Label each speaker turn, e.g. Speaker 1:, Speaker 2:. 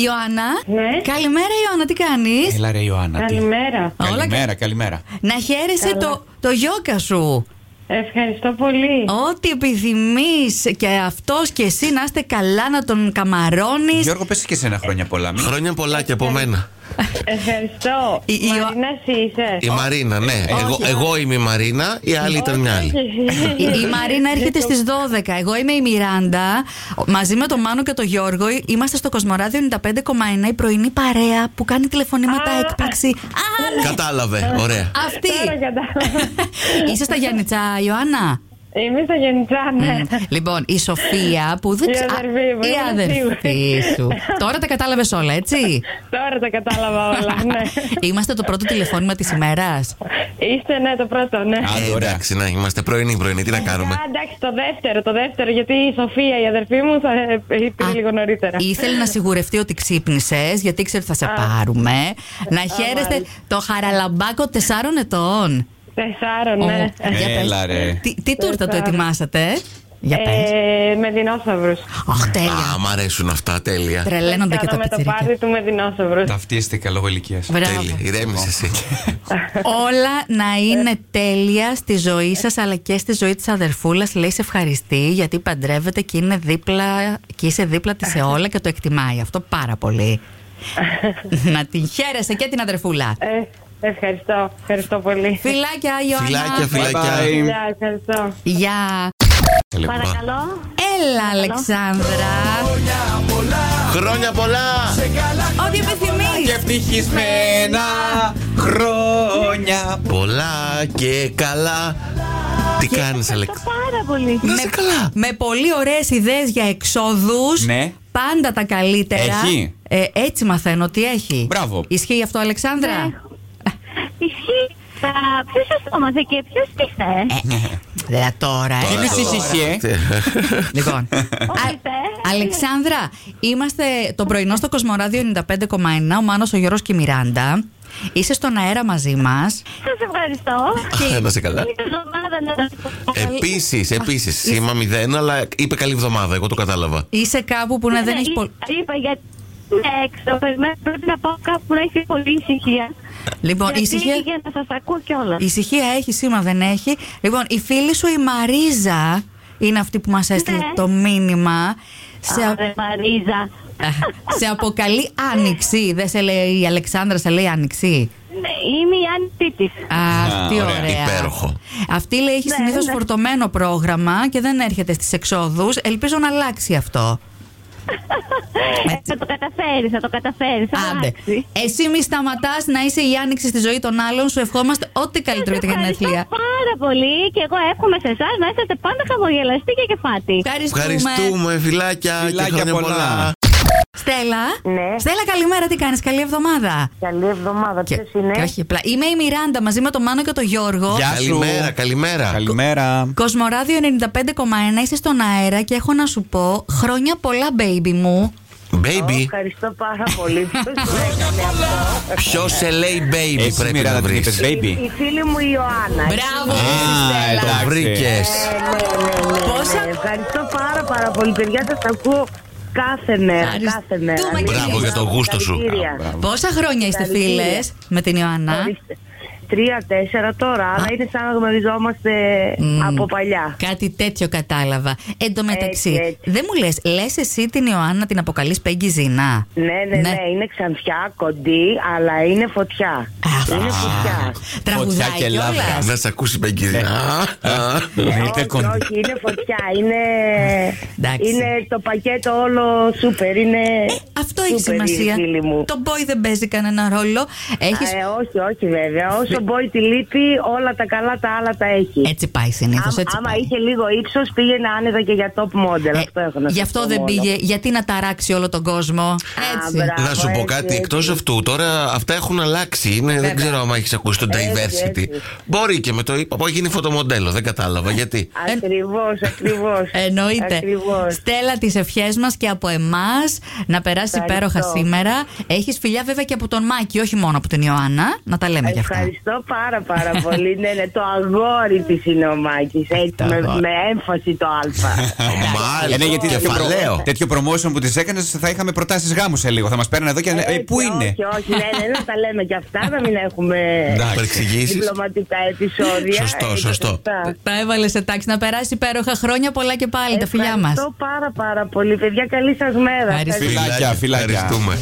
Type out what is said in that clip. Speaker 1: Ιωάννα.
Speaker 2: Ναι.
Speaker 1: Καλημέρα, Ιωάννα, τι κάνεις.
Speaker 3: Έλα ρε Ιωάννα. τι-
Speaker 2: Καλημέρα.
Speaker 1: Όλα
Speaker 3: Καλημέρα, καλημέρα.
Speaker 1: Να χαίρεσαι
Speaker 2: Καλά.
Speaker 1: το, το γιόκα σου.
Speaker 2: Ευχαριστώ πολύ.
Speaker 1: Ό,τι επιθυμείς και αυτός και εσύ να είστε καλά, να τον καμαρώνεις.
Speaker 3: Γιώργο, πες και εσένα χρόνια πολλά. Μην-
Speaker 4: Χρόνια πολλά και από
Speaker 1: Ε,
Speaker 4: μένα.
Speaker 2: Ευχαριστώ.
Speaker 1: Η- η-
Speaker 2: Μαρίνα, εσύ είσαι.
Speaker 1: ε,
Speaker 4: Η Μαρίνα, ναι. Εγώ, εγώ είμαι η Μαρίνα, η άλλη ήταν μια
Speaker 1: Ε,
Speaker 4: άλλη.
Speaker 2: Ε,
Speaker 1: Η, η Μαρίνα έρχεται στις 12. Εγώ είμαι η Μιράντα. Μαζί με τον Μάνο και τον Γιώργο είμαστε στο Κοσμοράδιο 95,1 η πρωινή παρέα που κάνει τηλεφωνήματα
Speaker 2: Α. ε,
Speaker 1: έκπληξη. Α, ναι.
Speaker 4: Κατάλαβε, ωραία.
Speaker 1: Αυτή.
Speaker 2: Τώρα κατάλαβα.
Speaker 1: Είσαι στα Γιάννητσα, Ιωάννα.
Speaker 2: Είμαι στο Γεννητζά, ναι.
Speaker 1: Λοιπόν, η Σοφία που δεν
Speaker 2: Η
Speaker 1: ξα-
Speaker 2: αδερφή μου,
Speaker 1: Η
Speaker 2: είμαι
Speaker 1: αδερφή
Speaker 2: σίγουρη.
Speaker 1: σου. Τώρα τα κατάλαβες όλα, έτσι.
Speaker 2: Τώρα τα κατάλαβα όλα, ναι.
Speaker 1: Είμαστε το πρώτο τηλεφώνημα της ημέρας.
Speaker 2: Είστε, ναι, το πρώτο, ναι.
Speaker 3: Α,
Speaker 4: Ε,
Speaker 3: ωραία.
Speaker 4: εντάξει, να είμαστε πρωινή, πρωινή, τι
Speaker 1: Ε,
Speaker 4: να κάνουμε.
Speaker 2: Α, εντάξει, το δεύτερο, το δεύτερο, γιατί η Σοφία, η αδερφή μου, θα ε, είπε λίγο νωρίτερα.
Speaker 1: Ήθελε να σιγουρευτεί ότι ξύπνησες, γιατί ήξερε ότι θα σε
Speaker 2: Α.
Speaker 1: πάρουμε. Να χαίρεστε
Speaker 2: μάλιστα.
Speaker 1: το χαραλαμπάκο 4 ετών.
Speaker 2: Τεσσάρων, ναι.
Speaker 1: Ω, για πες.
Speaker 3: Έλα, ρε.
Speaker 1: Τι, τι τούρτα το
Speaker 2: Τεσσάρων.
Speaker 1: ετοιμάσατε, Για πες
Speaker 2: Ε, με δεινόσαυρους.
Speaker 1: Αχ, τέλεια.
Speaker 4: Α, μ' αρέσουν αυτά, τέλεια.
Speaker 1: Τρελαίνονται και τα
Speaker 2: Κάναμε το πάρτι
Speaker 1: πιτσιρίκια.
Speaker 2: του με δεινόσαυρους.
Speaker 3: Ταυτίστηκα λόγω ηλικίας.
Speaker 1: Μπράβο.
Speaker 4: Τέλεια, ηρέμησε εσύ.
Speaker 1: Όλα να είναι τέλεια στη ζωή σας, αλλά και στη ζωή της αδερφούλας. Λέει σε ευχαριστεί, γιατί παντρεύεται και, είναι δίπλα, και είσαι δίπλα της σε όλα και το εκτιμάει αυτό πάρα πολύ. να την χαίρεσαι και την αδερφούλα.
Speaker 2: Ε, ευχαριστώ, ευχαριστώ πολύ.
Speaker 1: Φιλάκια, Ιωάννα.
Speaker 4: Φιλάκια,
Speaker 3: Bye, bye.
Speaker 4: φιλάκια.
Speaker 2: Γεια, ευχαριστώ.
Speaker 1: Γεια.
Speaker 5: Παρακαλώ.
Speaker 1: Έλα, Αλεξάνδρα.
Speaker 4: Χρόνια πολλά!
Speaker 1: Ό,τι επιθυμείς.
Speaker 3: ευτυχισμένα χρόνια.
Speaker 4: Πολλά και καλά. Τι κάνει, Αλέξη.
Speaker 5: Πάρα πολύ.
Speaker 4: Να είσαι καλά.
Speaker 1: Με πολύ ωραίες ιδέες για εξόδους.
Speaker 3: Ναι.
Speaker 1: Πάντα τα καλύτερα.
Speaker 3: Έχει.
Speaker 1: Ε, έτσι μαθαίνω ότι έχει.
Speaker 3: Μπράβο.
Speaker 1: Ισχύει αυτό, Αλεξάνδρα.
Speaker 5: Ισχύει. Ποιο αισθόμαστε και ποιος
Speaker 1: Ε.
Speaker 5: είστε.
Speaker 1: Δε τώρα, ε.
Speaker 3: Είναι εσύ,
Speaker 1: Λοιπόν. Α-
Speaker 5: Ορίστε.
Speaker 1: Αλεξάνδρα, είμαστε το πρωινό στο Κοσμοράδιο 95,1. Ο Μάνος, ο Γιώργος και η Μιράντα. Είσαι στον αέρα μαζί μας.
Speaker 5: Σας ευχαριστώ.
Speaker 4: Α, Να είσαι
Speaker 1: Ε.
Speaker 4: καλά.
Speaker 5: Καλή εβδομάδα να σας πω.
Speaker 4: Επίσης, επίση, είμαι μηδέν, αλλά είπε καλή εβδομάδα. Εγώ το κατάλαβα.
Speaker 1: Είσαι κάπου που να δεν
Speaker 5: Ε,
Speaker 1: έχει πολύ.
Speaker 5: Είπα γιατί είναι έξω. Περιμένω, Πρέπει να πάω κάπου που να έχει πολύ ησυχία.
Speaker 1: Λοιπόν,
Speaker 5: Γιατί
Speaker 1: ησυχία.
Speaker 5: Για να σας ακούω κιόλας.
Speaker 1: Ησυχία έχει, σήμα δεν έχει. Λοιπόν, η φίλη σου η Μαρίζα είναι αυτή που μας έστειλε
Speaker 5: Ναι.
Speaker 1: το μήνυμα. Σε, α-
Speaker 5: Άρε Μαρίζα.
Speaker 1: σε αποκαλεί Άνοιξη. Δεν σε λέει η Αλεξάνδρα, σε λέει Άνοιξη.
Speaker 5: Ναι, Είμαι η Άννη τη.
Speaker 1: Α, Αυτή
Speaker 3: ωραία.
Speaker 1: ωραία.
Speaker 4: Υπέροχο.
Speaker 1: Αυτή λέει έχει
Speaker 5: Ναι,
Speaker 1: συνήθως
Speaker 5: ναι.
Speaker 1: φορτωμένο πρόγραμμα και δεν έρχεται στις εξόδους. Ελπίζω να αλλάξει αυτό.
Speaker 5: Θα το καταφέρεις, θα το καταφέρεις.
Speaker 1: Ε. Άντε. Εσύ μη σταματάς να είσαι η άνοιξη στη ζωή των άλλων. Σου ευχόμαστε ό,τι καλύτερο για τα γενέθλια.
Speaker 5: Πάρα πολύ και εγώ εύχομαι σε εσάς να είσαστε πάντα χαμογελαστοί και κεφάτη.
Speaker 1: Ευχαριστούμε.
Speaker 4: Ευχαριστούμε, φιλάκια και
Speaker 3: Φιλάκια
Speaker 4: χρόνια
Speaker 3: πολλά.
Speaker 4: πολλά.
Speaker 1: Στέλλα.
Speaker 6: Ναι.
Speaker 1: Στέλλα, καλημέρα. Τι κάνεις, καλή εβδομάδα.
Speaker 6: Καλή εβδομάδα.
Speaker 1: Και-
Speaker 6: Ποιο είναι?
Speaker 1: και όχι απλά. Είμαι η Μιράντα μαζί με τον Μάνο και τον Γιώργο.
Speaker 3: Γεια σου.
Speaker 4: Καλημέρα, καλημέρα.
Speaker 3: Καλημέρα.
Speaker 1: Κοσμοράδιο 95,1 είσαι στον αέρα και έχω να σου πω χρόνια πολλά, baby μου.
Speaker 4: Baby.
Speaker 6: Ευχαριστώ πάρα πολύ. Ποιος το έκανε αυτό?
Speaker 4: Ποιος σε λέει baby
Speaker 3: Εσύ
Speaker 4: πρέπει να
Speaker 3: μοιράζα την
Speaker 4: βρεις.
Speaker 3: είπες, baby.
Speaker 6: Η φίλη μου η Ιωάννα.
Speaker 1: Μπράβο.
Speaker 3: Α,
Speaker 4: Το
Speaker 3: εντάξει.
Speaker 4: βρήκε.
Speaker 6: Ε, ναι, ναι, ναι, ναι.
Speaker 1: Πόσα-
Speaker 6: Ευχαριστώ πάρα πάρα πολύ. Παιδιά, σας ακούω κάθε μέρα.
Speaker 1: Ευχαριστούμε
Speaker 6: Κάθε μέρα.
Speaker 1: και
Speaker 6: Αλήθεια.
Speaker 1: Μπράβο για
Speaker 4: το γούστο σου.
Speaker 6: Συγχαρητήρια.
Speaker 3: Μπράβο.
Speaker 1: Πόσα χρόνια είστε
Speaker 6: Καλημέρα.
Speaker 1: φίλε με την Ιωάννα.
Speaker 6: Ορίστε. Τρία, τέσσερα τώρα, αλλά είναι σαν να γνωριζόμαστε
Speaker 1: Μμμ.
Speaker 6: από παλιά.
Speaker 1: Κάτι τέτοιο κατάλαβα. Εν τω μεταξύ,
Speaker 6: Έτσι, έτσι.
Speaker 1: δεν μου λες, λες εσύ την Ιωάννα την αποκαλείς Πέγγι Ζηνά.
Speaker 6: Ναι, ναι, ναι, είναι ξανθιά, κοντή, αλλά είναι φωτιά.
Speaker 1: Α,
Speaker 6: Είναι φωτιά.
Speaker 1: Τραγουδάει
Speaker 3: Φωτιά και Ναι.
Speaker 1: κιόλας.
Speaker 3: λάβρα.
Speaker 4: Να σε ακούσει, Μπέγκη.
Speaker 3: Ε. Μείνετε
Speaker 6: Όχι,
Speaker 3: κοντά.
Speaker 6: όχι, είναι φωτιά. Είναι,
Speaker 1: Εντάξει.
Speaker 6: είναι το πακέτο όλο σούπερ. Είναι
Speaker 1: Ε, αυτό έχει
Speaker 6: σούπερ,
Speaker 1: σημασία.
Speaker 6: η φίλη μου.
Speaker 1: Το boy δεν παίζει κανένα ρόλο. Έχεις...
Speaker 6: Α, ε, όχι, όχι βέβαια. Όσο μπορεί τη λείπει, όλα τα καλά τα άλλα τα έχει.
Speaker 1: Έτσι πάει συνήθως.
Speaker 6: Άμα-
Speaker 1: Ε, έτσι
Speaker 6: άμα
Speaker 1: πάει.
Speaker 6: είχε λίγο ύψος, πήγαινε άνετα και για top model.
Speaker 1: Ε,
Speaker 6: αυτό έχω να σας
Speaker 1: γι' αυτό
Speaker 6: πω
Speaker 1: δεν
Speaker 6: μόνο.
Speaker 1: πήγε. Γιατί να ταράξει όλο τον κόσμο. Έτσι.
Speaker 6: μπράβο,
Speaker 4: Να σου πω
Speaker 6: έτσι,
Speaker 4: κάτι
Speaker 6: έτσι.
Speaker 4: εκτός αυτού. Τώρα αυτά έχουν αλλάξει. Είναι, δεν ξέρω αν έχεις ακούσει το
Speaker 6: Έτσι,
Speaker 4: diversity.
Speaker 6: έτσι.
Speaker 4: Μπορεί και με το είπα. Πω γίνει φωτομοντέλο. Δεν κατάλαβα γιατί.
Speaker 6: Ακριβώς, ακριβώς.
Speaker 1: Ε, Εννοείται.
Speaker 6: Ακριβώς.
Speaker 1: Στέλλα, τις ευχές μας και από εμάς να περάσει υπέροχα
Speaker 6: Ευχαριστώ.
Speaker 1: σήμερα. Έχεις φιλιά βέβαια και από τον Μάκη, όχι μόνο από την Ιωάννα. Να τα λέμε κι αυτά.
Speaker 6: Ευχαριστώ πάρα πάρα πολύ. Ναι, ναι, το αγόρι της είναι ο Μάκης. Έτσι,
Speaker 3: Το
Speaker 6: με,
Speaker 3: αγόρι.
Speaker 6: με έμφαση το Α.
Speaker 4: Μάλιστα.
Speaker 3: Ε, ναι, γιατί τέτοιο, προ-
Speaker 4: κεφαλαίο.
Speaker 3: τέτοιο promotion που τη έκανες θα είχαμε προτάσεις γάμους σε λίγο. Θα μας παίρνανε εδώ και. Ε,
Speaker 6: Έτσι,
Speaker 3: πού είναι.
Speaker 6: Όχι, όχι, ναι, ναι, να τα λέμε και αυτά, να μην έχουμε
Speaker 3: Εντάξει.
Speaker 4: Παρεξηγήσεις.
Speaker 6: διπλωματικά επεισόδια.
Speaker 4: Σωστό,
Speaker 6: Έτσι,
Speaker 4: σωστό.
Speaker 6: αυτά.
Speaker 1: Τα έβαλε σε τάξη να περάσει υπέροχα χρόνια πολλά και πάλι τα φιλιά μας.
Speaker 6: Ευχαριστώ πάρα πάρα πολύ, παιδιά. Καλή σας μέρα.
Speaker 1: Ευχαριστώ.
Speaker 3: Φιλάκια, φιλάκια.
Speaker 4: Ευχαριστούμε.